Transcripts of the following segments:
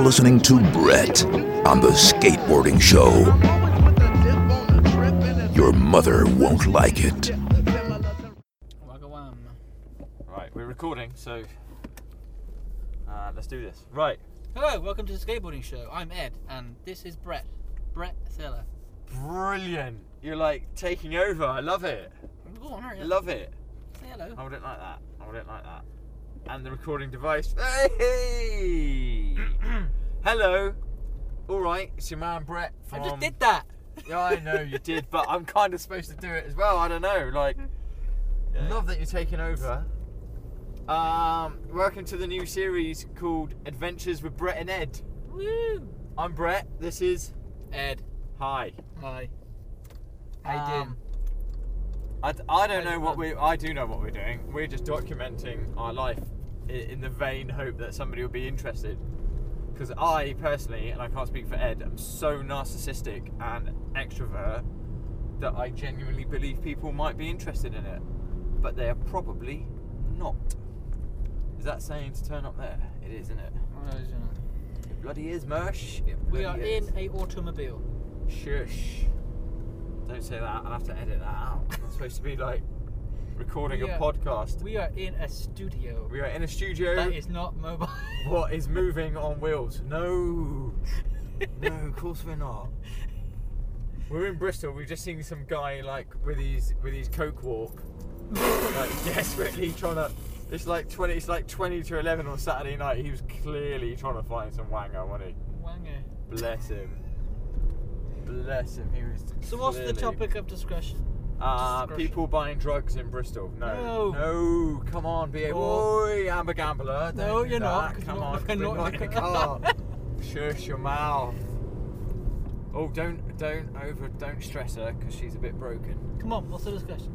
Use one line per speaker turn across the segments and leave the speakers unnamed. listening to Brett on The Skateboarding Show. Your mother won't like it.
Wagawam.
Right, we're recording, so uh, let's do this. Right,
Hello, welcome to the skateboarding show. I'm Ed, and this is Brett. Brett Thiller.
brilliant. You're like taking over. I love it.
Go on, hurry
I
up.
love it.
Say hello.
I wouldn't like that. I wouldn't like that. And the recording device. Hey! Hello. All right, it's your man Brett
I
from.
just did that.
Yeah, I know you did, but I'm kind of supposed to do it as well. I don't know. Like, love that you're taking over. Um, welcome to the new series called Adventures with Brett and Ed.
Woo.
I'm Brett. This is
Ed.
Hi.
Hi. How you
Um, I, d- I don't
Hi,
know what
um,
we I do know what we're doing. We're just documenting our life i- in the vain hope that somebody will be interested. Because I personally, and I can't speak for Ed, am so narcissistic and extrovert that I genuinely believe people might be interested in it, but they are probably not. Is that saying to turn up there? It is, isn't it?
doing?
It bloody is, Mersh. It
We
bloody
are
is.
in a automobile.
Shush. Don't say that. I'll have to edit that out. I'm supposed to be like recording
Yeah.
a podcast.
We are in a studio.
We are in a studio.
That is not mobile.
What is moving on wheels? No. no, of course we're not. We're in Bristol. We've just seen some guy like with his with his coke walk, like desperately trying to. It's like twenty. It's like twenty to eleven on Saturday night. He was clearly trying to find some wanger, wasn't
Wanger.
he? Bless him. Bless him. He was.
So what's the
clearly-
topic of discussion?
uh,
Discretion.
people buying drugs in Bristol. No. No. come on, be a
Oh.
boy, Amber Gambler. Don't
No,
do
you're
that.
not, 'cause
Come
you're
on,
not-
we're
not
not
in
in the
the car.
car. Shush your mouth. Oh, don't, don't over, don't stress her because she's a bit broken.
Come on, what's the discussion?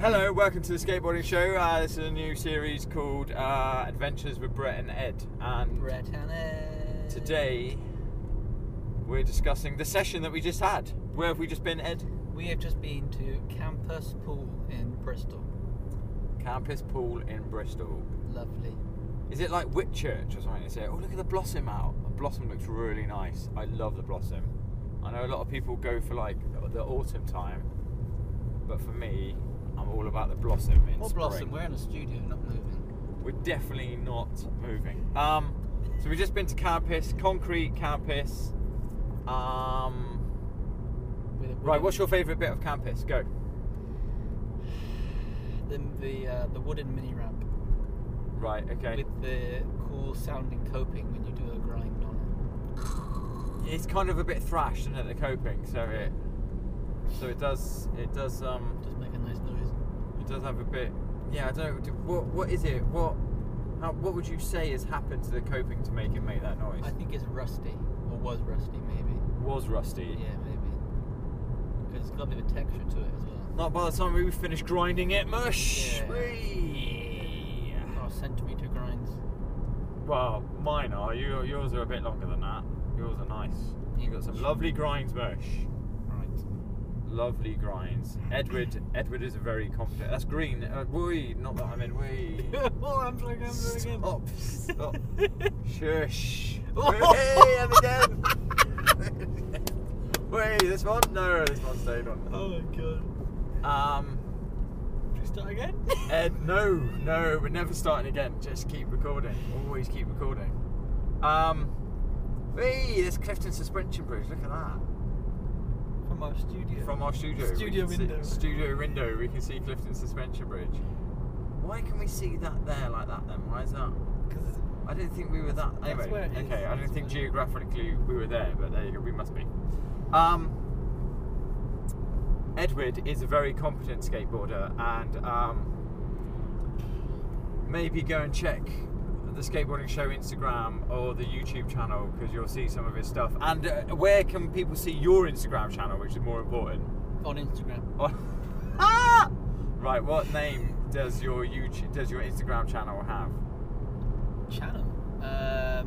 Hello, welcome to the skateboarding show. Uh, this is a new series called uh, Adventures with Brett and Ed, and
Brett and Ed.
today we're discussing the session that we just had. Where have we just been, Ed?
We have just been to Campus Pool in Bristol.
Campus pool in Bristol.
Lovely.
Is it like Whitchurch or something? They say, oh, look at the blossom out. The blossom looks really nice. I love the blossom. I know a lot of people go for like the autumn time, but for me, I'm all about the blossom. In
What
spring.
blossom? We're in a studio, not moving.
We're definitely not moving. Um, so we've just been to campus, concrete campus. Um,
With a-
right, what's your favourite bit of campus? Go.
the the, uh, the wooden mini ramp
Right, okay.
with the cool sounding coping when you do a grind on
It's kind of a bit thrashed, isn't it? The coping, so it, so it does, it does. Um,
it. Just make a nice noise.
It does have a bit. Yeah, I don't. know. What what is it? What how, what would you say has happened to the coping to make it make that noise?
I think it's rusty, or was rusty maybe.
was rusty.
Yeah, maybe. Because it's got a bit of texture to it as well.
Not by the time we finished grinding it, mush.
Yeah.
Whee!
Oh, centimeter grinds.
Well, mine are. You, yours are a bit longer than that. Yours are nice. You got some lovely grinds, mush.
Right.
Lovely grinds. Edward Edward is a very confident. That's green. Uh, wee, not that I'm in. Wee.
oh, I'm sorry, I'm sorry again.
Stop. Stop. Shush.
Oh.
Hey, I'm again. Wait, this one? No, this one stayed on.
Oh my god.
Um,
Should we start again?
Ed, no, no, we're never starting again. Just keep recording. Always keep recording. Um, hey, this Clifton suspension bridge. Look at that.
From our studio.
From our studio. we
Studio
can see-
window.
studio window. We can see Clifton suspension bridge. Why can we see that there like that then? Why is that?
'Cause
I didn't think we were that.
That's
Anyway,
where it is.
okay. I
That's
don't think
where-
geographically we were there, but there you go. We must be. Um, Edward is a very competent skateboarder, and um, maybe go and check the skateboarding show Instagram or the YouTube channel because you'll see some of his stuff. And uh, where can people see your Instagram channel, which is more important?
On Instagram.
Oh. Ah! Right. What name does your YouTube does your Instagram channel have?
Channel.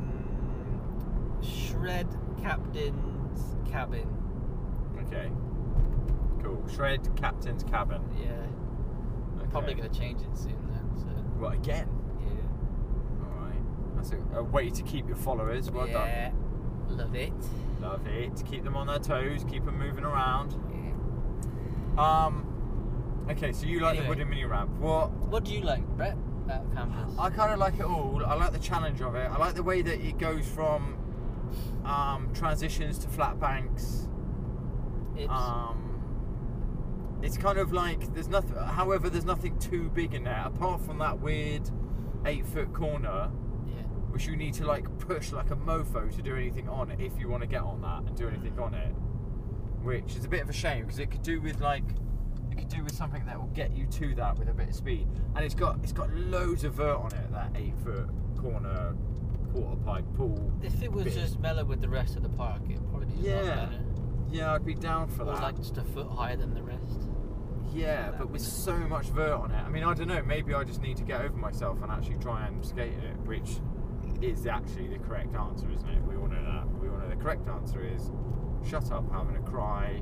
Um, Shred Captain's Cabin.
Okay. Cool. Shred Captain's Cabin.
Yeah.
Okay.
Probably gonna change it soon then. So
Well, again.
yeah.
All right. I That's a, a way to keep your followers. Well
yeah. Love it.
done. Love it. Keep them on their toes. Keep them moving around.
Yeah.
Um, okay, so you like the
Anyway.
wooden mini ramp. What
What do you like, Brett, about campers?
I kind of like it all. I like the challenge of it. I like the way that it goes from um, transitions to flat banks.
it's,
Um, it's kind of like there's nothing. However, there's nothing too big in there apart from that weird eight foot corner,
yeah.
which you need to like push like a mofo to do anything on it if you want to get on that and do anything
Mm.
on it. Which is a bit of a shame because it could do with like it could do with something that will get you to that with a bit of speed. And it's got it's got loads of vert on it. That eight foot corner quarter pipe pool.
If it was
bit.
just mellow with the rest of the park, it'd probably be a
Yeah.
lot better.
yeah, I'd be down for
Or
that.
like just a foot higher than the rest.
Yeah, but with so much vert on it. I mean, I don't know. Maybe I just need to get over myself and actually try and skate it, which is actually the correct answer, isn't it? We all know that. We all know the correct answer is shut up, having a cry,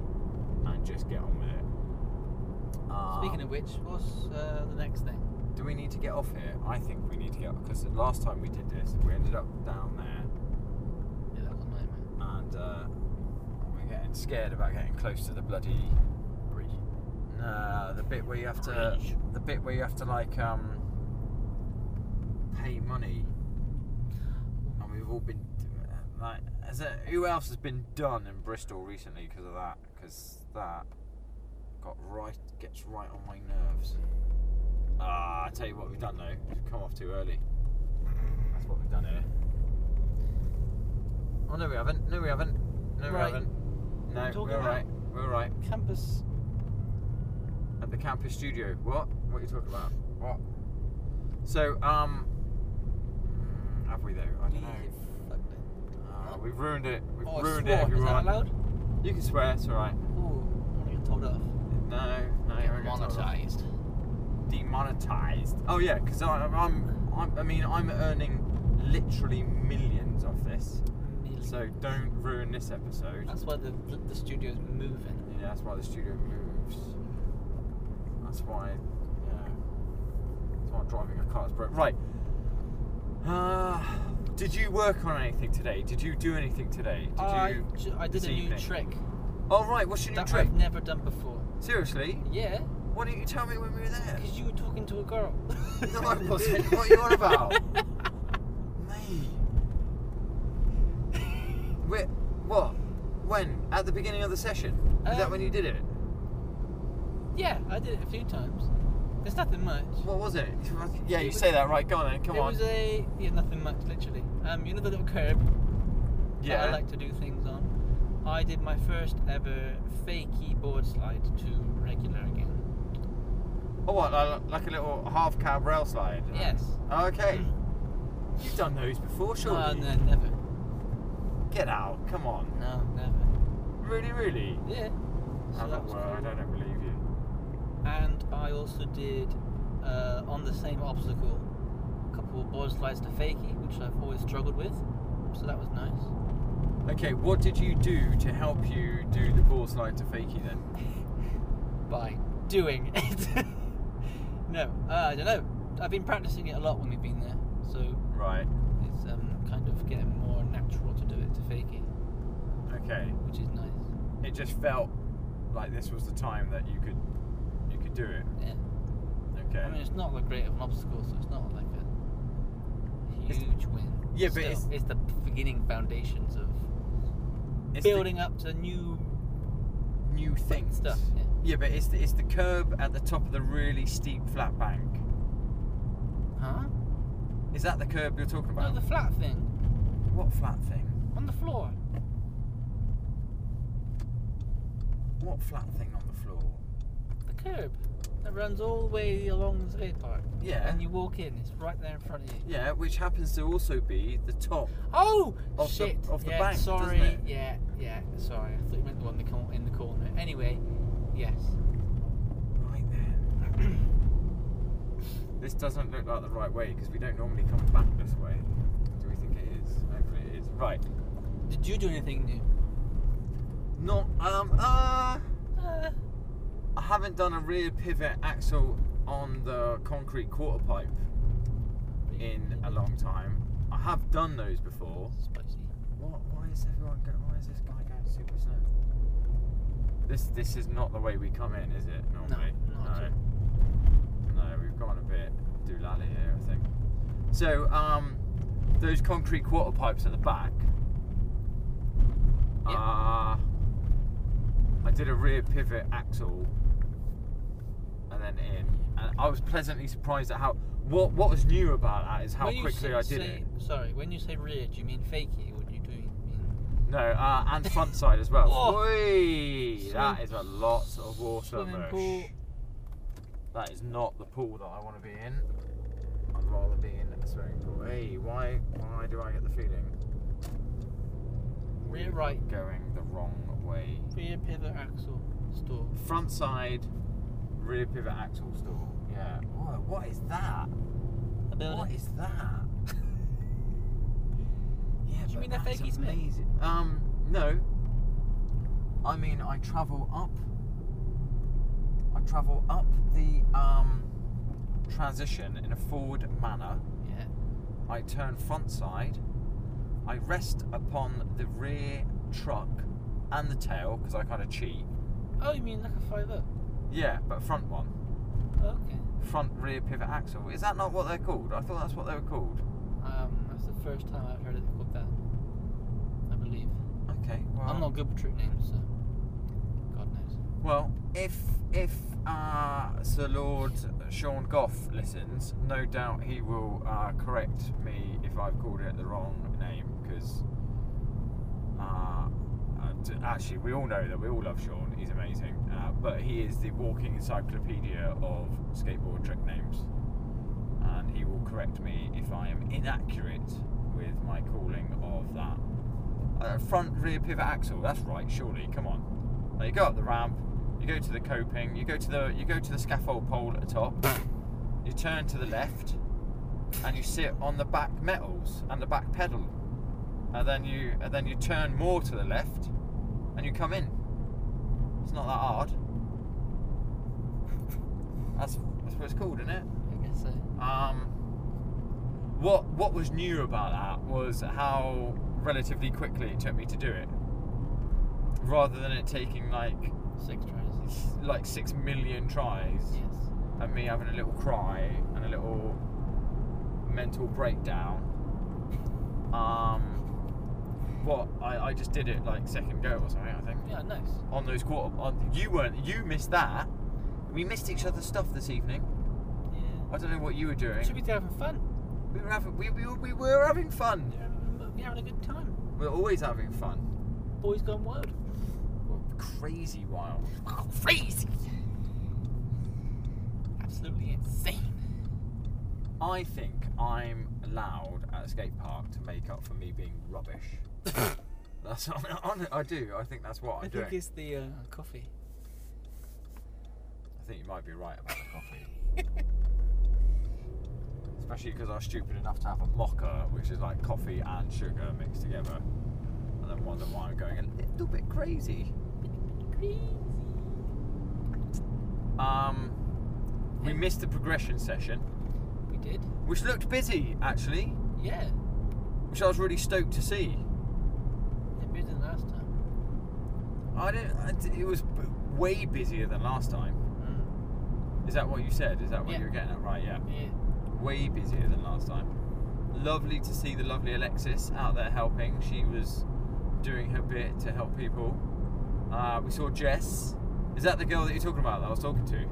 and just get on with it. Um,
Speaking of which, what's uh, the next thing?
do we need to get off here? I think we need to get because last time we did this, we ended up down there,
Yeah, that was a nightmare.
and uh, we're getting scared about getting close to the bloody
Bridge.
No, the bit where you have to,
Bridge.
the bit where you have to like um, pay money, and we've all been like, has it, who else has been done in Bristol recently because of that? Because that got right, gets right on my nerves. Ah, I tell you what, we've done though, we've come off too early. That's what we've done here. Oh no, we haven't. No, we haven't. No, we
Right.
haven't. No,
talking
we're all
about?
right. We're all right
Campus.
at the campus studio. What? What are you talking about? What? So, um, mm, have we though? I don't know. Uh, we've ruined it. We've
Oh, I
ruined it,
swore.
everyone.
Is that allowed?
You can swear. It's all right.
Ooh, I'm gonna get told off.
No, no,
Get
you're not gonna tell them.
monetized.
Demonetized. Oh yeah, because I'm, I'm, I'm, I mean, I'm earning literally millions off this.
Nearly.
So don't ruin this episode.
That's why the the studio's moving.
Yeah, that's why the studio moves. That's why, you know, that's why driving a car is broke. Right. Uh, did you work on anything today? Did you do anything today? Did
I,
you?
ju- I did
this
a new
evening?
trick
Oh right, what's your new
that
trick?
I've never done before.
Seriously?
Yeah,
Why didn't you tell me when we were there?
because you were talking to a girl.
No, I wasn't. What are you on about? Mate. Wait, what? When? At the beginning of the session? Is that
Um,
when you did it?
yeah, I did it a few times. There's nothing much.
What was it? Yeah,
it
you
was-
say that right. Go on then. Come
it
on.
was a uh, yeah, nothing much literally. Um, you know the little curb that I like to do things on. I did my first ever fake keyboard slide to regular again.
Oh, what? Like, like a little half cab rail slide?
Yes. Mm.
Oh, okay. You've done those before, surely?
Oh, no, never.
Get out. Come on.
No, never.
Really, really?
Yeah. So
Oh,
that
don't
was
worry,
cool.
I don't believe you.
and I also did uh, on the same obstacle a couple of board slides to fakie, which I've always struggled with, so that was nice.
Okay, what did you do to help you do the ball slide to fakie then?
By doing it, no, uh, I don't know. I've been practicing it a lot when we've been there, so
Right.
it's um, kind of getting more natural to do it to fakie,
Okay.
which is nice.
It just felt like this was the time that you could you could do it.
Yeah.
Okay.
I mean, it's not that great of an obstacle, so it's not like a
It's-
huge win.
Yeah, but
Still,
it's-
it's the beginning foundations of
It's the
building up to new
new things.
stuff, yeah.
Yeah, but it's the, it's the curb at the top of the really steep flat bank.
Huh?
Is that the curb you're talking
No,
about?
the flat thing
What flat thing?
on the floor.
What flat thing on the floor?
The curb that runs all the way along the skate park.
Yeah.
And you walk in, it's right there in front of you.
Yeah, which happens to also be the top.
Oh
Of the-
shit!
of the
yeah,
bank, doesn't
sorry.
it?
Yeah, yeah. Sorry, I thought you meant the one that come in the corner. Anyway, yes.
Right there. this doesn't look like the right way because we don't normally come back this way. Do we think it is? Hopefully it is. Right.
Did you do anything new?
Not um uh
Uh,
I haven't done a rear pivot axle on the concrete quarter pipe in a long time. I have done those before.
Spicy.
What? Why is everyone? Go, why is this guy going super slow? This this is not the way we come in, is it? Normally,
not at
no. No, we've gone a bit doolally here, I think. So, um, those concrete quarter pipes at the back.
Yeah.
Uh, I did a rear pivot axle and then in, and I was pleasantly surprised at how. What what was new about that is how
When you
quickly
say-
I did
say-
it.
Sorry, when you say rear, do you mean fakey or do you do you mean
No, uh, and front side as well.
Oh.
Oi, that
Swim-
is a lot of water.
swimming
Mush.
pool?
That is not the pool that I want to be in. I'd rather be in a swimming pool. Hey, why, why do I get the feeling
Rear
we are
right.
going the wrong way?
Rear pivot axle store.
Front side, rear pivot axle store. Yeah. Whoa, what is that?
A
What
building.
is that? yeah,
Do you
but
mean they're
that's
fakies, mate?
amazing. Um, no. I mean, I travel up. I travel up the um, transition in a forward manner.
Yeah.
I turn front side. I rest upon the rear truck and the tail because I kind of cheat.
Oh, you mean like a five up?
Yeah, but front one,
Okay.
front rear pivot axle. Is that not what they're called? I thought that's what they were called.
Um, that's the first time I've heard it called that. I believe.
Okay. Well,
I'm not good with trick names, so God knows.
Well, if if uh, Sir Lord Sean Goff listens, no doubt he will uh, correct me if I've called it the wrong name because uh, uh, d- actually we all know that we all love Sean. He's amazing, uh, but he is the walking encyclopedia of skateboard trick names, and he will correct me if I am inaccurate with my calling of that. Uh, front rear pivot axle. That's right. Surely, come on. Now you go up the ramp. You go to the coping. You go to the you go to the scaffold pole at the top. You turn to the left, and you sit on the back metals and the back pedal, and then you and then you turn more to the left, and you come in. It's not that hard. That's that's what it's called, isn't it?
I guess so.
Um, what what was new about that was how relatively quickly it took me to do it, rather than it taking like
Six tries.
s- like six million tries
Yes.
and me having a little cry and a little mental breakdown. Um, what I, I just did it like second go or something I think
Yeah, nice.
on those quarter on you weren't you missed that we missed each other's stuff this evening
Yeah.
I don't know what you were doing
Should be there having fun.
we were having we, we, we were having fun.
We're having- We're having a good time.
We're always having fun.
Boys gone wild.
We're crazy wild.
Crazy. Absolutely insane.
I think I'm allowed at a skate park to make up for me being rubbish. that's on, on, I do. I think that's what I'm
I
doing.
think it's the uh, coffee.
I think you might be right about the coffee. Especially because I was stupid enough to have a mocha, which is like coffee and sugar mixed together, and then wonder why I'm going a little bit crazy. Um, we missed the progression session,
We did.
which looked busy actually,
Yeah.
which I was really stoked to see.
Yeah, better than last time.
I didn't. I d- It was b- way busier than last time. Is that what you said? Is that what
Yeah.
you were getting at? Right? Yeah.
Yeah.
Way busier than last time. Lovely to see the lovely Alexis out there helping. She was doing her bit to help people. Uh, we saw Jess. Is that the girl that you're talking about that I was talking to?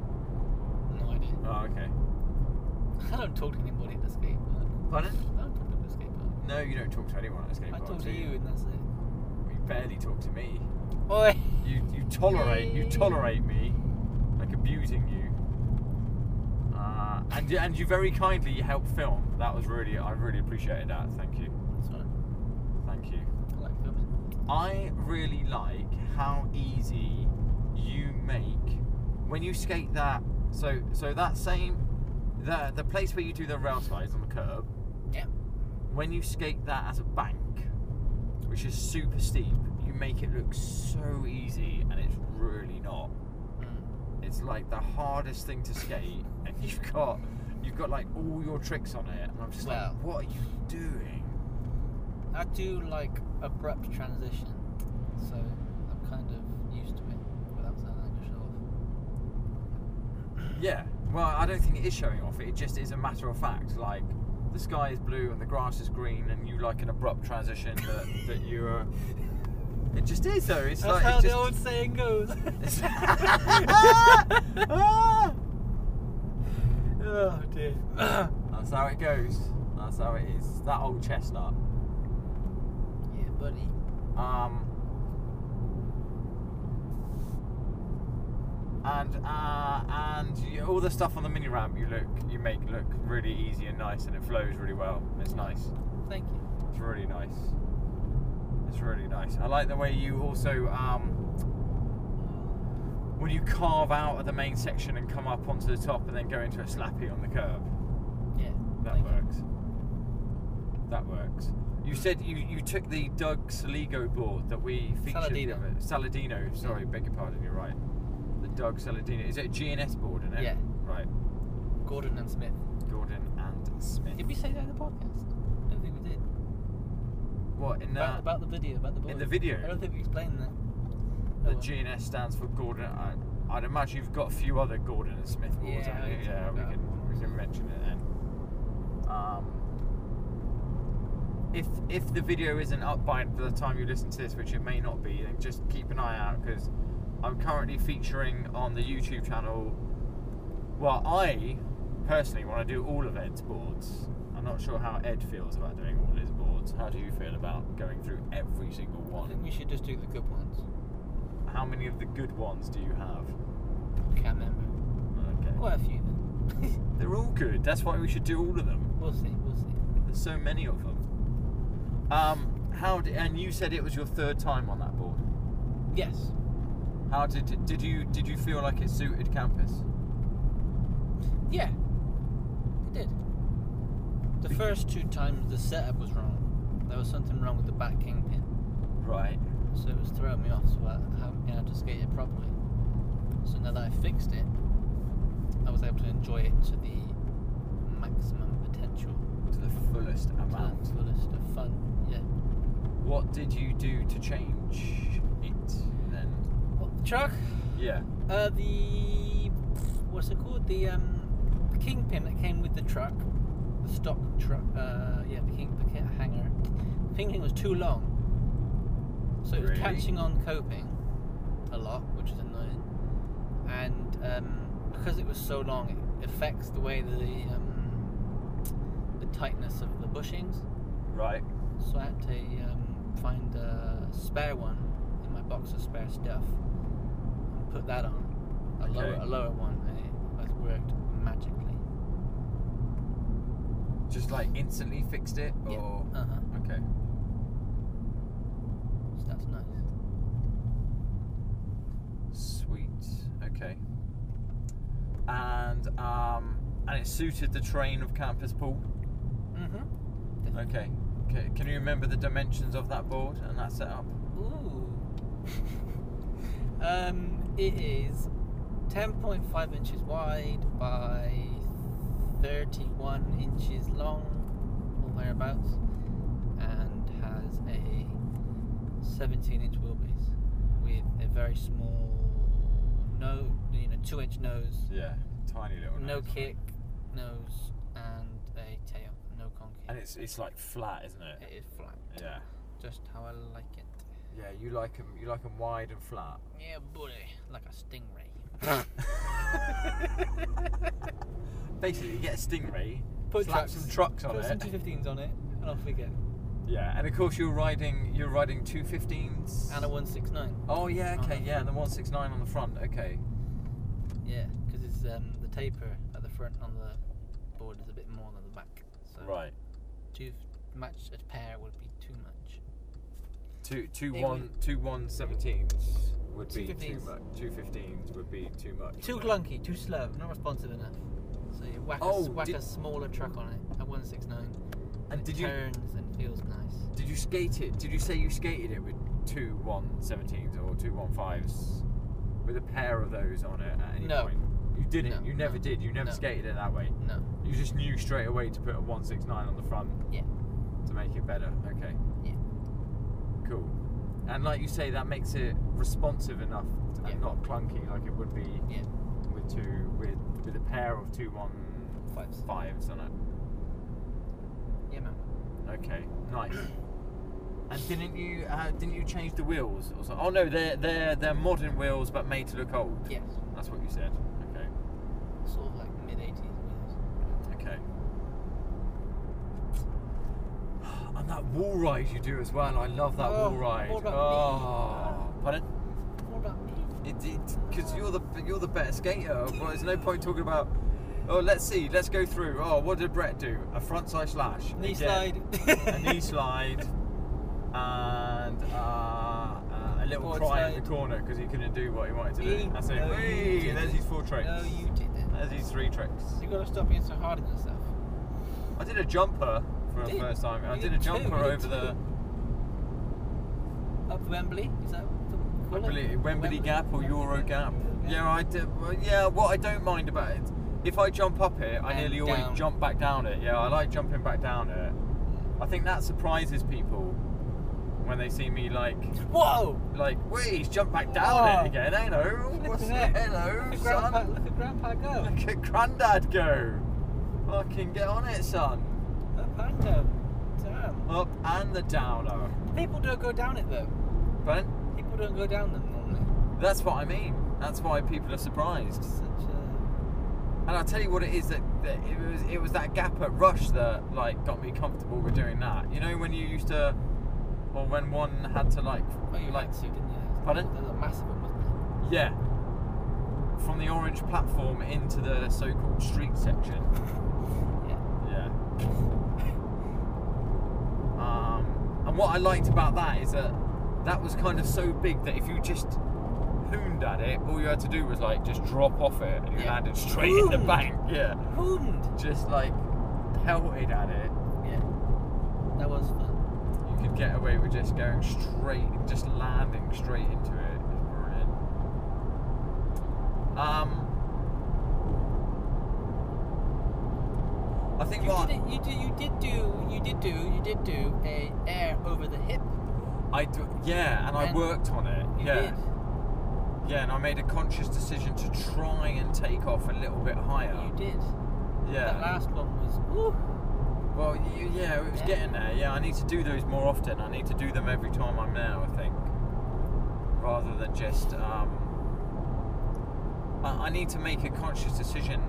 No idea.
Oh, okay.
I don't talk to anybody at the skateboard.
Pardon?
I don't talk to the skateboard.
No, you don't talk to anyone at a skate
I
park.
talk
do
to you and that's it.
You barely talk to me.
Oi.
You you tolerate you
Yay.
tolerate me, like abusing you. Uh, and you- and you very kindly helped film. That was really I really appreciated that. Thank you,
That's right.
thank you.
I like filming.
I really like how easy you make when you skate that. So so that same the the place where you do the rail slides on the curb.
Yeah.
When you skate that as a bank, which is super steep, you make it look so easy, and it's really not.
Mm.
It's like the hardest thing to skate, and you've got you've got like all your tricks on it, and I'm just
Well.
like, what are you doing?
I do like abrupt transition, so I'm kind of used to it without sounding like a show off.
Yeah. Well, I don't think it is showing off. It just is a matter of fact. Like the sky is blue and the grass is green, and you like an abrupt transition that, that you are. It just is though. It's
That's
like
how
it's
the
just-
old saying goes.
Ah!
oh dear. yeah.
That's how it goes. That's how it is. That old chestnut.
buddy.
Um, and uh, and you, all the stuff on the mini ramp you look you make look really easy and nice, and it flows really well. It's nice.
Thank you.
It's really nice. It's really nice. I like the way you also um,
Mm.
when you carve out of the main section and come up onto the top, and then go into a slappy on the curb.
Yeah.
That
thank you.
works. That works. You said you, you took the Doug Saligo board that we featured. the
Saladino.
other- Saladino, sorry, beg your pardon, you're right. The Doug Saladino. Is it a GNS board in it?
Yeah.
Right.
Gordon and Smith.
Gordon and Smith.
Did we say that in the podcast? I don't think we did.
What, in
About,
the,
about the video, about the boys.
in the video?
I don't think we explained that.
the
Oh, well.
GNS stands for Gordon. I, I'd imagine you've got a few other Gordon and Smith boards.
Yeah,
haven't
I
you?
think
yeah we,
about
can, we can mention it then. Um, if, if the video isn't up by the time you listen to this, which it may not be, then just keep an eye out because I'm currently featuring on the YouTube channel. Well, I personally want to do all of Ed's boards. I'm not sure how Ed feels about doing all his boards. How do you feel about going through every single
I
one?
think we should just do the good ones.
How many of the good ones do you have?
Can't remember.
Okay.
Quite a few then.
They're all good. That's why we should do all of them.
we'll see, we'll see.
There's so many of them. Um, how did, and you said it was your third time on that board.
Yes.
How did did you did you feel like it suited campus?
Yeah. It did. The first two times the setup was wrong. There was something wrong with the back kingpin.
Right.
So it was throwing me off so I haven't been able to skate it properly. So now that I fixed it, I was able to enjoy it to the maximum potential.
To the fullest
to the
amount.
fullest of fun. Yeah.
What did you do to change it then?
Well, Chuck,
Yeah.
uh, the what's it called? The um, kingpin that came with the truck, the stock truck. Uh, yeah, the king, the ki- hanger. The kingpin was too long, so it was
Really?
catching on coping a lot, which is annoying. And um, because it was so long, it affects the way the um, the tightness of the bushings.
Right.
So I had to um, find a spare one in my box of spare stuff and put that on. A lower,
Okay.
a lower one, and it has worked magically.
Just like instantly fixed it or
Uh huh.
Okay.
So that's nice.
Sweet. Okay. And um and it suited the train of campus pool.
Mm-hmm.
Okay. Okay. Can you remember the dimensions of that board and that setup?
Ooh. um, it is 10.5 inches wide by 31 inches long, or thereabouts, and has a 17 inch wheelbase with a very small no, you know, two inch nose,
Yeah. Tiny little.
no
nose.
kick, nose, and a tail, no concave.
And it's it's like flat, isn't it?
it is flat,
Yeah.
just how I like it.
Yeah. You like them. You like them wide and flat.
Yeah, buddy, like a stingray.
Basically, you get a stingray,
Put
slap
trucks-
some trucks on
Put some
it.
215s on it, and off we go.
yeah. And of course, you're riding. You're riding two fifteens.
And a Uh-huh. 169.
Oh yeah.
on
Okay.
the
Yeah. And the
front.
one six nine on the front. Okay.
Yeah, because it's um, the taper at the front on the board is a bit more than the back. So
Right.
Two f- match a pair would be too much.
Two two
They
one
would-
two one seventeens would be too
215s.
much. Two fifteens would be too much.
Too
wouldn't
clunky, too slow, not responsive enough. So you whack, a, s-
Oh,
whack
did-
a smaller truck on it at 169.
it? And
it
did you
turns and feels nice.
Did you skate it? Did you say you skated it with two one seventeens or two one fives with a pair of those on it at any
No.
point? You didn't.
No,
you never
no,
did. You never
no.
skated it that way.
No.
You just knew straight away to put a one six nine on the front
Yeah.
to make it better. Okay,
Yeah.
cool. And like you say, that makes it responsive enough and
Yeah.
not clunky like it would be
Yeah.
with two with with a pair of two one
Fives.
fives on it.
Yeah, man.
Okay, nice. And didn't you uh, didn't you change the wheels? Or so? Oh no, they're they're they're modern wheels but made to look old.
Yes.
That's what you said. Okay.
Sort of like mid 80s.
Okay. And that wall ride you do as well. I love that
Oh,
wall ride.
what about
oh, but it,
What about me?
it did because you're the you're the better skater. Well, there's no point talking about. Oh, let's see. Let's go through. Oh, what did Brett do? A front side slash.
Knee
again.
slide.
a knee slide. And uh, uh, a little
Board
cry in
slide.
the corner because he couldn't do what he wanted to
Me?
do. That's it.
No, you
Whee!
didn't.
There's his four tricks.
No, you didn't.
There's his three tricks.
you got to stop being so hard on yourself.
I did a jumper for the
Did-
first time. I
you
did a
did too,
jumper
you did
over the
Up Wembley? Is that what they call it?
Wembley, Wembley, Gap or Euro Gap.
Yeah.
Yeah, I did. Well, yeah, what I don't mind about it, if I jump up it, I
And
nearly
down.
always jump back down it. Yeah, I like jumping back down it. I think that surprises people when they see me like,
Whoa!
like, wait, he's jumped back down
Whoa.
it again. Hello, what's
Look at that.
hello,
Look at Grandpa,
son.
look at Grandpa go.
Look at Grandad go. Fucking get on it, son.
Up and down. Damn.
Up and the downer.
People don't go down it though.
But
People don't go down them normally.
That's what I mean. That's why people are surprised.
It's such a.
And I'll tell you what it is that, that it was it was that gap at Rush that like got me comfortable with doing that. You know when you used to or when one had to like
Well, Oh, you
like
like to, didn't you?
Pardon?
There's a massive one, wasn't there?
yeah. From the orange platform into the so called street section.
Yeah.
Yeah. Um, and what I liked about that is that that was kind of so big that if you just hooned at it, all you had to do was like just drop off it and you
Yeah.
landed straight in the
Hooned.
bank. Yeah.
Hooned!
Just like pelted at it.
Yeah. That was fun.
You could get away with just going straight, just landing straight into it. It's brilliant. Um, I think
You
what
did, it- you, did, you did do, you did do, you did do a air over the hip.
I do, yeah, and I
And
worked on it.
You
yeah,
did.
yeah, and I made a conscious decision to try and take off a little bit higher.
You did. That
yeah.
last one was, woo!
Well, you, yeah, it was
Yeah.
getting there. Yeah, I need to do those more often. I need to do them every time I'm there. I think, rather than just, um, I, I need to make a conscious decision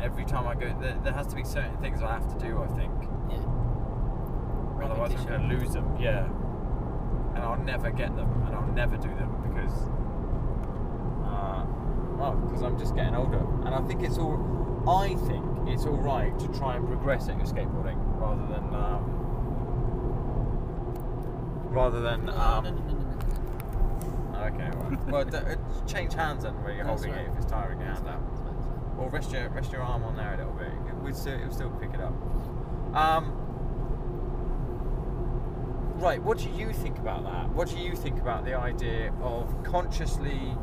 every time I go. There, there has to be certain things I have to do. I think,
Yeah.
otherwise I'm
Repetition.
going to lose them. Yeah, and I'll never get them, and I'll never do them because, uh, well, because I'm just getting older, and I think it's all. I think it's all right to try and progress at your skateboarding rather than um, rather than.
No,
Um,
no, no, no, no, no, no.
Okay, all right. well, d- uh, change hands then where you're
That's
holding
right.
it if it's tiring your
That's
hand
fine,
out.
that's fine, that's fine.
Or rest your rest your arm on there a little bit. It would still, it'll still pick it up. Um, right. What do you think about that? What do you think about the idea of consciously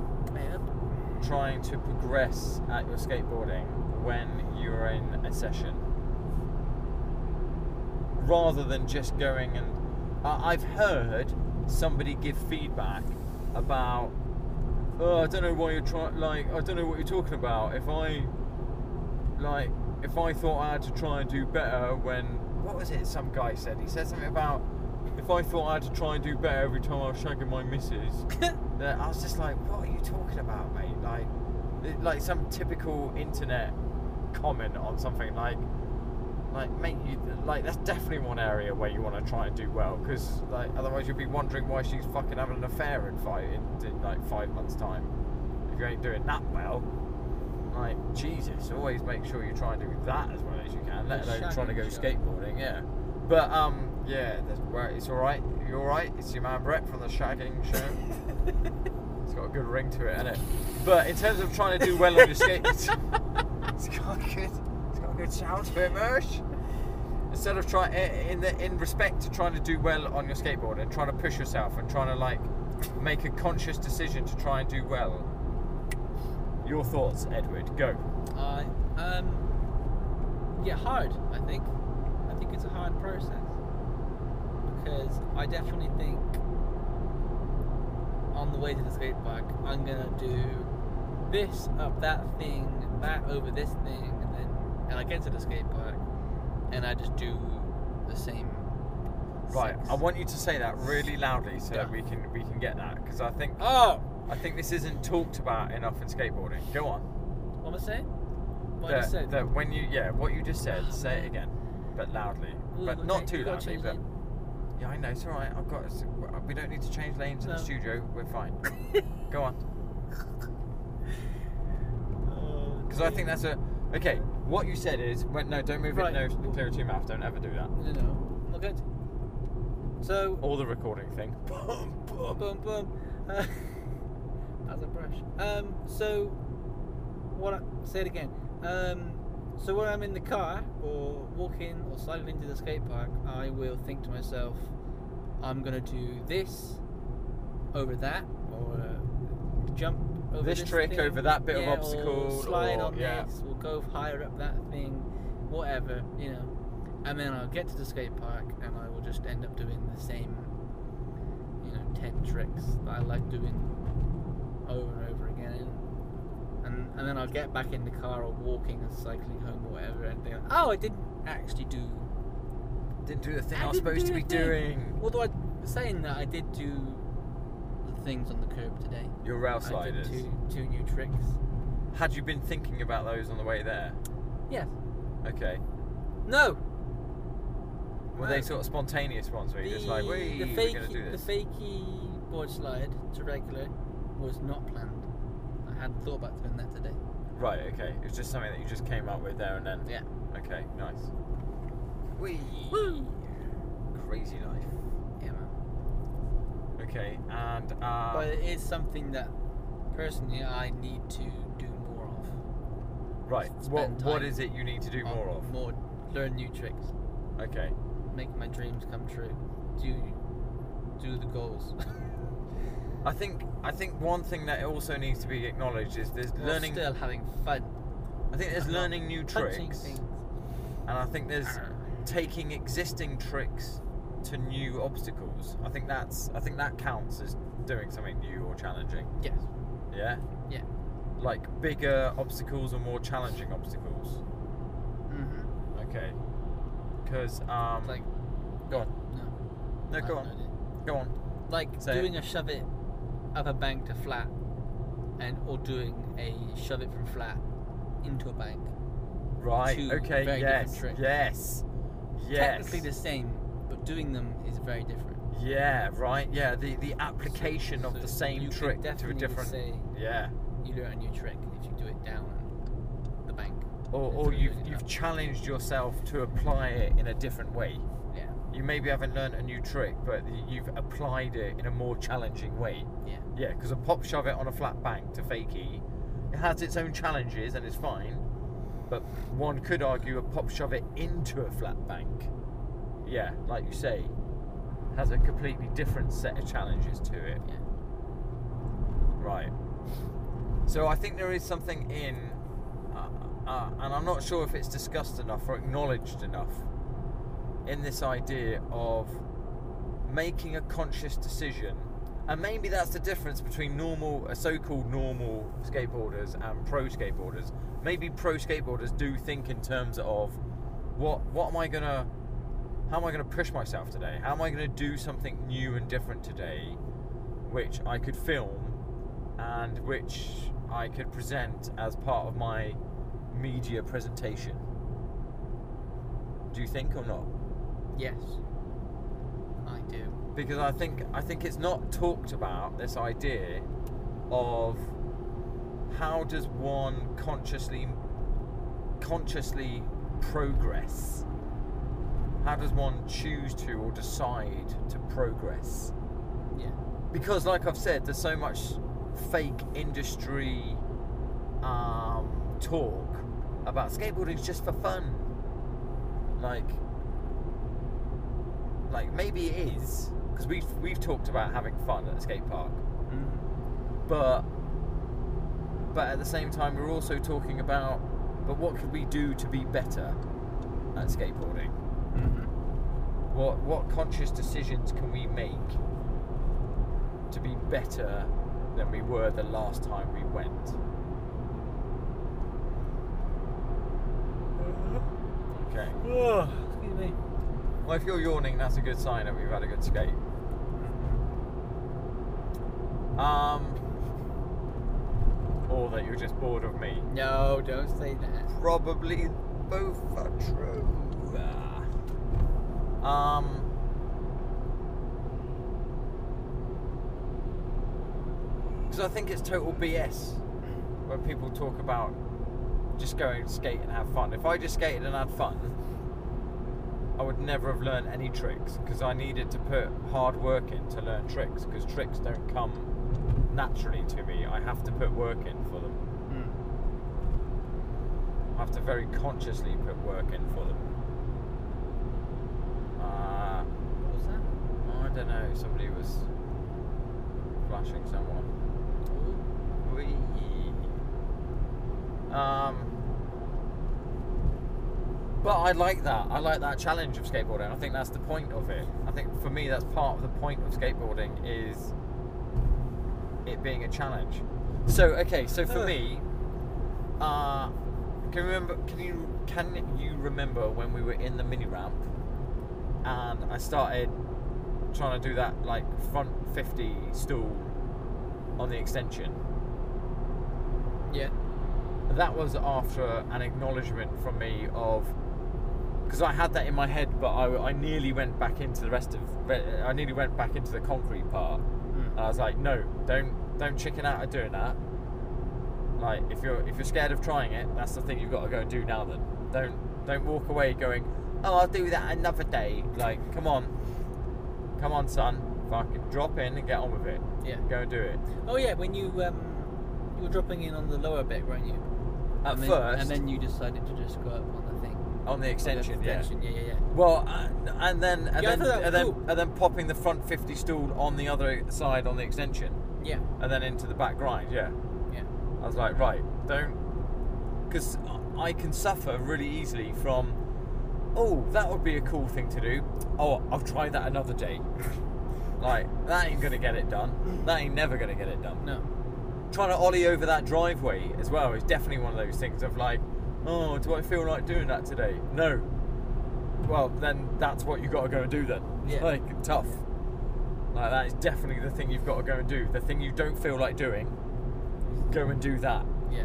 trying to progress at your skateboarding when you're in a session, rather than just going and I I've heard somebody give feedback about. Oh, I don't know why you're trying. Like, I don't know what you're talking about. If I like if I thought I had to try and do better when what was it some guy said? He said something about if I thought I had to try and do better every time I was shagging my missus. that I was just like, what are you talking about, mate? Like, it- like some typical internet comment on something like, like mate, you, like that's definitely one area where you want to try and do well because like otherwise you'll be wondering why she's fucking having an affair in five in, in like five months time if you ain't doing that well. Like Jesus, always make sure you try and do that as well as you can. Let
Like
alone trying to go
shagging
skateboarding, yeah. But um, yeah, that's, well, it's all right. You're all right. It's your man Brett from the Shagging Show. It's got a good ring to it, hasn't it? But in terms of trying to do well on your skates, it's got a good, it's got a good sound to it, Mersh. Instead of trying in the in respect to trying to do well on your skateboard and trying to push yourself and trying to like make a conscious decision to try and do well. Your thoughts, Edward? Go.
I um yeah hard. I think I think it's a hard process. because I definitely think on the way to the skate park, I'm gonna do this up that thing, that over this thing, and then and I get to the skate park, and I just do the same.
Right,
six.
I want you to say that really loudly so that
Yeah.
we can we can get that because I think
Oh,
I think this isn't talked about enough in skateboarding. Go on.
what am I saying? What I
that,
just said.
that when you yeah, what you just said,
Oh,
say
man.
it again, but loudly,
Ooh,
but
okay,
not too
you gotta
loudly.
change
But
it.
yeah, I know it's all right. I've got. it's- We don't need to change lanes in the
No.
studio. We're fine. Go on.
Uh,
Because I think that's a okay. What you said is well, no, don't move
Right.
it. No, clear it to your mouth. Don't ever do that.
No, no, not good. So
Or the recording thing.
boom, boom. Uh, as a brush. Um, so, what? I, say it again. Um, so when I'm in the car or walking or cycling into the skate park, I will think to myself, I'm gonna do this over that, or uh, jump over
This
this,
trick
thing,
over that bit of
yeah, or
obstacle,
slide
or-
on
yeah.
this, we'll go higher up that thing, whatever, you know. And then I'll get to the skate park and I will just end up doing the same, you know, 10 tricks that I like doing over and over again. And, and then I'll get back in the car or walking and cycling home or whatever and think, oh, I didn't actually do.
Didn't do the thing
I
I, was
didn't do
supposed to
the
be
thing.
doing.
Although I saying that I did do the things on the curb today.
Your rail
I did
sliders.
two, two new tricks.
Had you been thinking about those on the way there?
Yes.
Okay.
No.
Were
No.
they sort of spontaneous ones? Were you just like, wee,
the
we're gonna do
fakey, the
this?
fakey board slide to regular was not planned. I hadn't thought about doing that today.
Right. Okay. It was just something that you just came up with there and then.
Yeah.
Okay. Nice. Wee. Crazy life.
Yeah, man.
Okay. And uh,
but it is something that personally I need to do more of.
right. What
spend
what
time
is it you need to do
Um,
more of?
More learn new tricks.
Okay.
Make my dreams come true. Do do the goals.
I think I think one thing that also needs to be acknowledged is there's
While
learning.
still having fun.
I think there's
I'm not
learning new
punching
tricks, Uh-huh.
things.
and I think there's
Arr.
taking existing tricks to new obstacles. I think that's I think that counts as doing something new or challenging.
Yes.
Yeah.
Yeah.
Like bigger obstacles or more challenging obstacles.
Mm-hmm.
Okay. Because um.
Like
go on.
no.
No,
I
go
have no
on.
idea.
Go on.
like
So-
doing a shove it up a bank to flat and or doing a shove it from flat into a bank
Right.
Two
okay.
very different tricks.
yes. Yes. Yes.
technically the same but doing them is very different
Yeah, right. Yeah, the the application of
So
the same
you could
trick to a
definitely
different.
say
Yeah.
you learn a new trick if you do it down the bank
Or,
That's
or
what
you've
I'm doing
you've
now.
challenged yourself to apply it in a different way.
yeah
You maybe haven't learnt a new trick, but y- you've applied it in a more challenging way.
yeah
Yeah, because a pop shove it on a flat bank to fakie, it has its own challenges and it's fine. But one could argue a pop shove it into a flat bank. Yeah, like you say, has a completely different set of challenges to it.
yeah
Right. So I think there is something in, uh, uh, and I'm not sure if it's discussed enough or acknowledged enough, in this idea of making a conscious decision. And maybe that's the difference between normal, uh, so-called normal skateboarders and pro skateboarders. Maybe pro skateboarders do think in terms of what what am I gonna, how am I gonna push myself today? How am I gonna do something new and different today? which I could film and which I could present as part of my media presentation. Do you think or not?
yes I do
Because I think I think it's not talked about this idea of how does one consciously consciously progress? How does one choose to or decide to progress?
yeah
because like i've said there's so much fake industry um, talk about skateboarding's just for fun like like maybe it is because we've we've talked about having fun at a skate park
mm
but but at the same time we're also talking about but what could we do to be better at skateboarding
Mm-hmm.
What what conscious decisions can we make to be better than we were the last time we went? Okay.
Excuse me.
Well, if you're yawning, that's a good sign that we've had a good skate.
Mm-hmm.
Um, or that you're just bored of me.
No, don't say that.
Probably both are true. Um. Because I think it's total BS when people talk about just going to skate and have fun. If I just skated and had fun, I would never have learned any tricks because I needed to put hard work in to learn tricks because tricks don't come naturally to me. I have to put work in for them. Hmm. I have to very consciously put work in for them. Uh,
What was that?
I don't know. Somebody was flashing someone. Whee. Um, but I like that. I like that challenge of skateboarding. I think that's the point of it. I think for me, that's part of the point of skateboarding is it being a challenge. So okay, so for
Ugh.
me, uh, can you remember? Can you can you remember when we were in the mini ramp, and I started trying to do that like front fifty stool on the extension.
Yeah.
That was after an acknowledgement from me of because I had that in my head, but I, I nearly went back into the rest of I nearly went back into the concrete part. And I was like, no, don't don't chicken out of doing that. Like if you're if you're scared of trying it, that's the thing you've got to go and do now. Then don't don't walk away going, oh, I'll do that another day. Like come on, come on, son, fucking drop in and get on with it.
Yeah.
Go and do it.
Oh yeah, when you um, you were dropping in on the lower bit, weren't you?
At
and then,
first,
and then you decided to just go up on the thing. on
on the
the
extension, yeah.
extension, yeah, yeah, yeah.
Well, uh, and then and
Yeah, I
then
thought that was
and then
cool.
and then popping the front fifty stool on the other side on the extension,
Yeah,
and then into the back grind. Yeah,
yeah.
I was like, right, don't, because I can suffer really easily from. Oh, that would be a cool thing to do. Oh, I'll try that another day. like that ain't gonna get it done. That ain't never gonna get it done
No.
trying to ollie over that driveway as well is definitely one of those things of like, oh, do I feel like doing that today? No. Well, then that's what you got to go and do then.
Yeah.
Like tough. Like that is definitely the thing you've got to go and do. The thing you don't feel like doing, go and do that.
Yeah.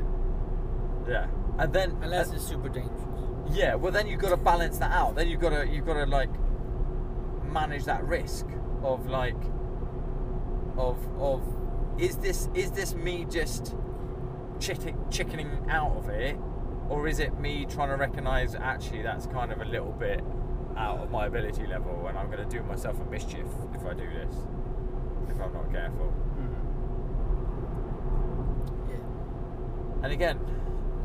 Yeah. And then
Unless it's super dangerous.
yeah, well then you've got to balance that out. Then you've got to you've got to like manage that risk of like of of is this is this me just chicken, chickening out of it or is it me trying to recognize actually that's kind of a little bit out of my ability level and I'm going to do myself a mischief if I do this if I'm not careful. hmm.
Yeah.
And again,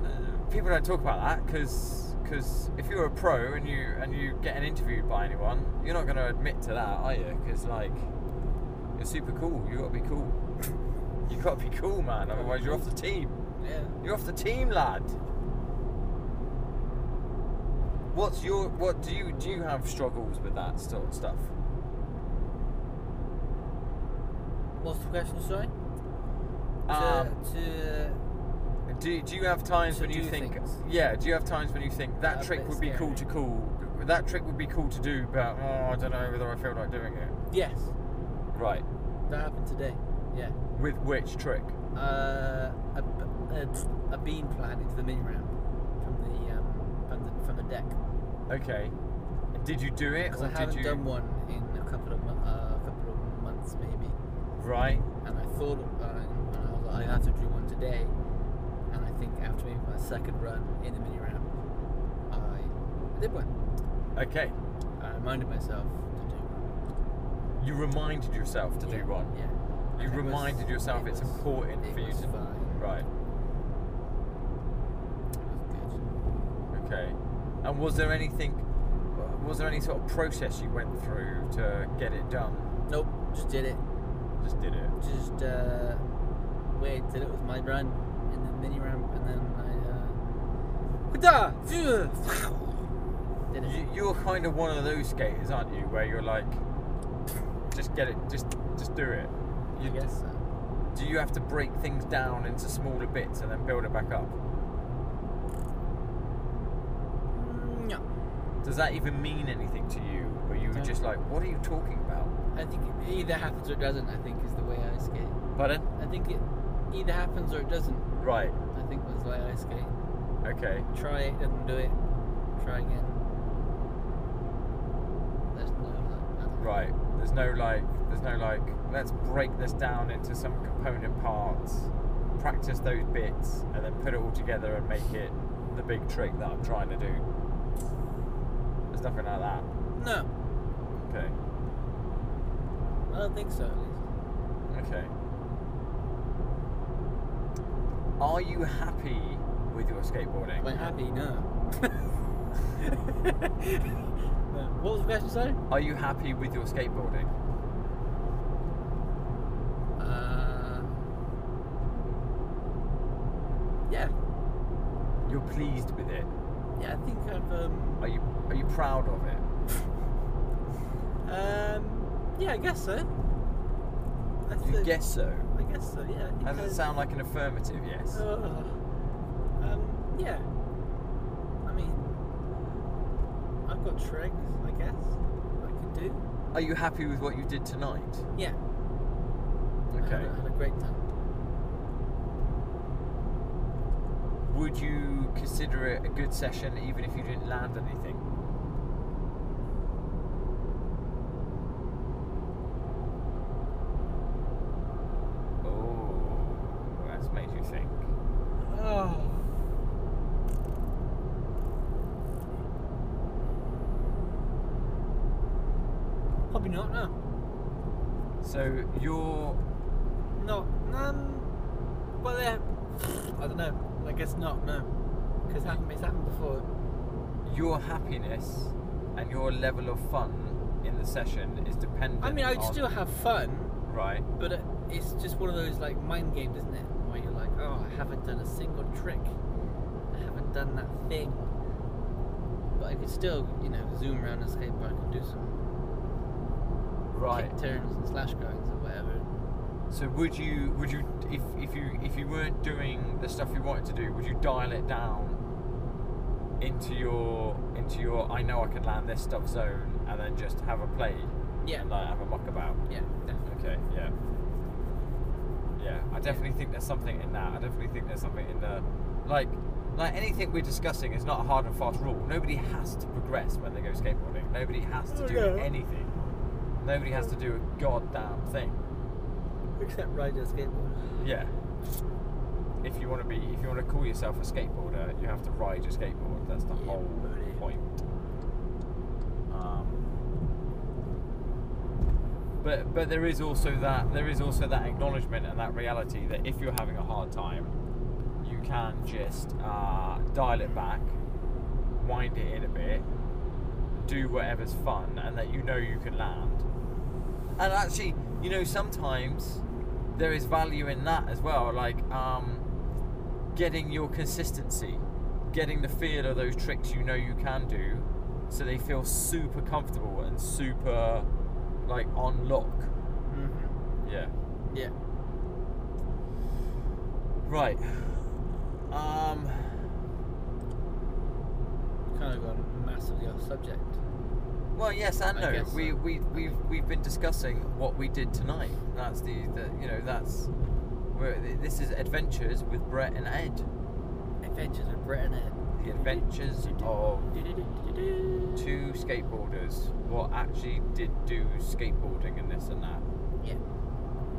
uh, people don't talk about that because if you're a pro and you and you getting interviewed by anyone, you're not going to admit to that, are you? Because like, you're super cool. You got to be cool. you got to be cool, man. Otherwise, you're off the team.
Yeah.
You're off the team, lad. What's your what do you do you have struggles with that sort of stuff?
What's the question, sorry?
Um,
to, to
Do, do you have times
To
when you
do
think
things.
yeah do you have times when you think that
That's a
trick
bit
would be cool to
scary.
cool that trick would be cool to do but oh, i don't know whether i feel like doing it
yes,
right
that happened today. Yeah.
with which trick
Uh, a, b- a- a beam plan into the mini ramp from the um, from the from the deck
okay did you do it
because
or
I haven't
did you
done one in a couple of mo- uh, a couple of months maybe.
right
and I thought of, uh, and I was like, I have to do one today. And I think after maybe my second run in the mini ramp, I did one.
okay
I reminded myself to do one.
you reminded yourself to
Yeah,
do one
Yeah.
you
And it was-
reminded yourself
it
it's
was-
important
it
for you
was
to
fine.
right
It was good.
okay and was there anything uh, was there any sort of process you went through to get it done
Nope, just did it.
just did it
Just uh, wait till it was my run in the mini ramp, and then I. Uh, did it?
You, you're kind of one of those skaters, aren't you? Where you're like, just get it, just just do it.
I
You,
guess so.
Do you have to break things down into smaller bits and then build it back up?
Mm, No,
Does that even mean anything to you? Or you were
Don't-
just like, what are you talking about?
I think it either happens or it doesn't. I think is the way I skate.
Pardon?
I think it either happens or it doesn't.
Right.
I think was the way I skate.
Okay.
Try it, doesn't do it. Try again. There's no. like, nothing.
Right. There's no like. There's no like. Let's break this down into some component parts. Practice those bits and then put it all together and make it the big trick that I'm trying to do. There's nothing like that.
No,
Okay.
I don't think so. At least.
Okay. Are you happy with your skateboarding?
Am I happy? No. No. What was the question, sorry?
Are you happy with your skateboarding?
Uh, yeah,
You're pleased with it.
yeah, I think I've. Um,
Are you Are you proud of it?
um, yeah, I guess so. That's
You
it.
guess so.
I guess so. Yeah. I think
Doesn't
I-
it sound like an affirmative yes?
Ugh. um, yeah. I mean, I've got tricks, I guess. I could do.
Are you happy with what you did tonight?
Yeah. Uh, I had,
Okay.
a- had a great time.
Would you consider it a good session even if you didn't land anything? Oh, that's made you think. Ah.
Oh. Probably not. No.
So you're
No, um, well, yeah, I don't know. I guess not, no. Because it's happened before.
your happiness and your level of fun in the session is dependent.
I mean, I would
on-
still have fun,
right.
but it- it's just one of those like mind games, isn't it? Where you're like, oh, I haven't done a single trick, I haven't done that thing, but I could still, you know, zoom around the skate park and do some
Right.
kick turns and slash grinds or whatever.
So would you would you if, if you if you weren't doing the stuff you wanted to do, would you dial it down into your into your I know I can land this stuff zone and then just have a play
Yeah,
and like have a muck about?
yeah, definitely.
Okay, yeah. Yeah, I definitely think there's something in that. I definitely think there's something in the like like anything we're discussing is not a hard and fast rule. Nobody has to progress when they go skateboarding. Nobody has to do
No.
anything. Nobody has to do a goddamn thing.
Except ride a skateboard.
Yeah. If you want to be, if you want to call yourself a skateboarder, you have to ride your skateboard. That's the
Yeah,
whole
buddy.
point. Um, but but there is also that there is also that acknowledgement and that reality that if you're having a hard time, you can just uh, dial it back, wind it in a bit, do whatever's fun, and that you know you can land. And actually, you know, sometimes there is value in that as well. Like um, getting your consistency, getting the feel of those tricks you know you can do, so they feel super comfortable and super like on lock.
Mm-hmm.
Yeah.
Yeah.
Right. Um.
Kind of gone massively off subject.
Well, yes and
I
no.
guess uh,
We
so.
we we've we've been discussing what we did tonight. That's the, the you know that's. We're, this is adventures with Brett and Ed.
Adventures of Britain. eh?
The adventures of two skateboarders what actually did do skateboarding and this and that
Yeah.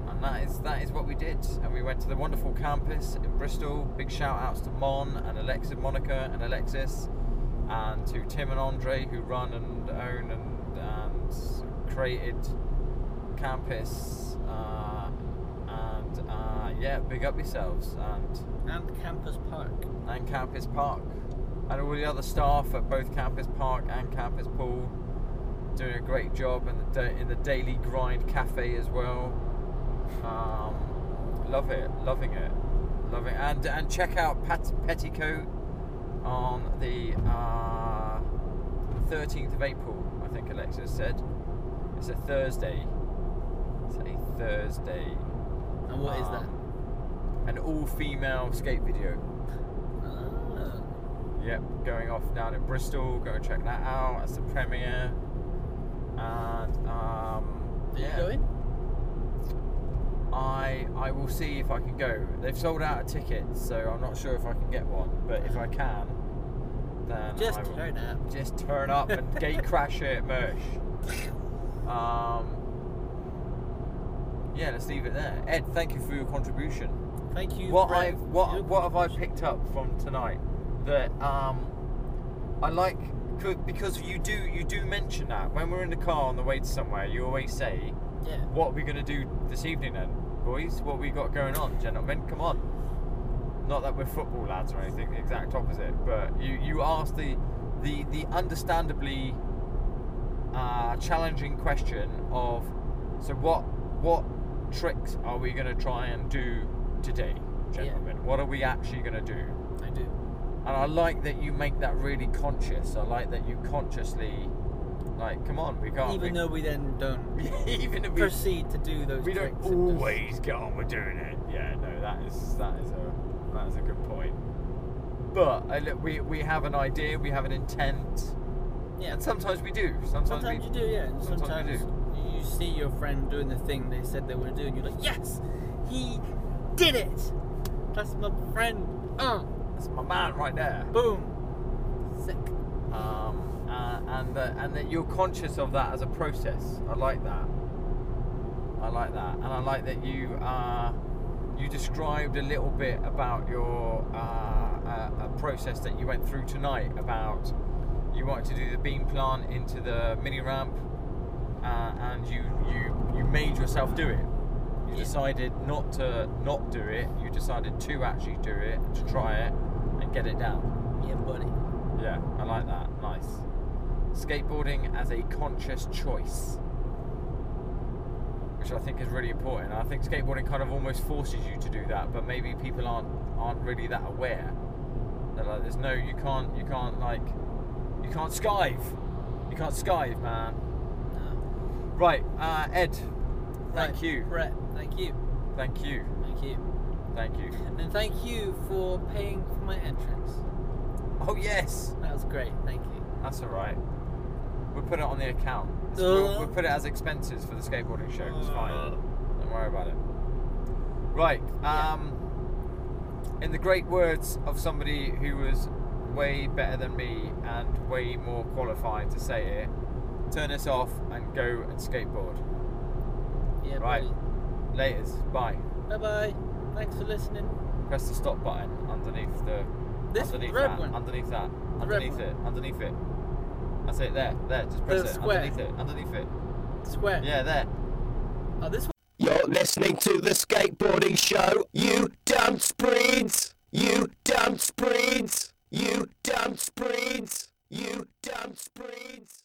and that is that is what we did and we went to the wonderful campus in bristol big shout outs to mon and alexa monica and alexis and to tim and andre who run and own and, and created campus uh, and uh, yeah big up yourselves and
And Campus Park.
and Campus Park, and all the other staff at both Campus Park and Campus Pool doing a great job, and the da- in the Daily Grind Cafe as well. Um, love it, loving it, loving it. And and check out Pat- Petticoat on the uh, 13th of April, I think Alexa said. It's a Thursday. It's a Thursday.
And what
Ah.
is that?
Um, An all female skate video.
Ah.
Yep, going off down in Bristol. Go and check that out. That's the premiere. And um,
Are
yeah,
you going?
I I will see if I can go. They've sold out of tickets, so I'm not sure if I can get one. But if I can, then
Hmm. Just
I will
turn up.
Just turn up and gate crash it, Mersh. Um, yeah, let's leave it there. Ed, thank you for your contribution
Thank you.
what
for
I what
your
what have I
contribution.
picked up from tonight that um I like c- because you do you do mention that when we're in the car on the way to somewhere you always say
Yeah.
what are we gonna do this evening then boys what we got going on gentlemen come on not that we're football lads or anything the exact opposite but you you ask the the the understandably uh, challenging question of so what what tricks are we going to try and do today gentlemen what are we actually going to do
I do.
and i like that you make that really conscious i like that you consciously like come on we can't
Even
we,
though we then don't
even if we,
proceed to do those
we don't
tricks, it does-
always get on with doing it yeah no that is that is a that is a good point but I, look, we we have an idea we have an intent
Yeah.
and sometimes we do sometimes,
Sometimes
we,
you do, yeah. And
sometimes we
sometimes,
do.
you see your friend doing the thing they said they were doing. You're like, yes, he did it. That's my friend. Uh,
That's my man right there.
boom. Sick.
Um, uh, and that and that you're conscious of that as a process. I like that. I like that, and I like that you uh, you described a little bit about your uh, uh, a process that you went through tonight about you wanted to do the beam plant into the mini ramp, uh, and you you you made yourself do it. You
Yeah.
decided not to not do it. You decided to actually do it, to try it, and get it down.
Yeah, buddy.
Yeah, I like that. Nice. Skateboarding as a conscious choice, which I think is really important. I think skateboarding kind of almost forces you to do that, but maybe people aren't aren't really that aware. They're like, there's no, you can't, you can't like, you can't skive, you can't skive, man.
No.
Right, uh, Ed. Ah. Thank
Right,
you.
Brett, thank you.
Thank you.
Thank you.
Thank you.
And thank you for paying for my entrance.
Oh yes,
That was great. Thank you.
that's all right. We'll put it on the account.
Uh.
We'll, we'll put it as expenses for the skateboarding show. It's fine. Don't worry about it. Right. Um, In the great words of somebody who was way better than me and way more qualified to say it, turn this off and go and skateboard.
Yeah,
Right. Laters. Bye.
buddy. Bye bye. Thanks for listening.
Press the stop button underneath the.
This
underneath
red
that,
one.
Underneath that.
The red
underneath
one.
it. Underneath it. That's it. There. There. Just press
The
it.
square.
Underneath it. Underneath it.
Square.
Yeah. There.
Oh, this one.
You're listening to the skateboarding show. You dumb spreads. You dumb spreads. You dumb spreads. You dumb spreads.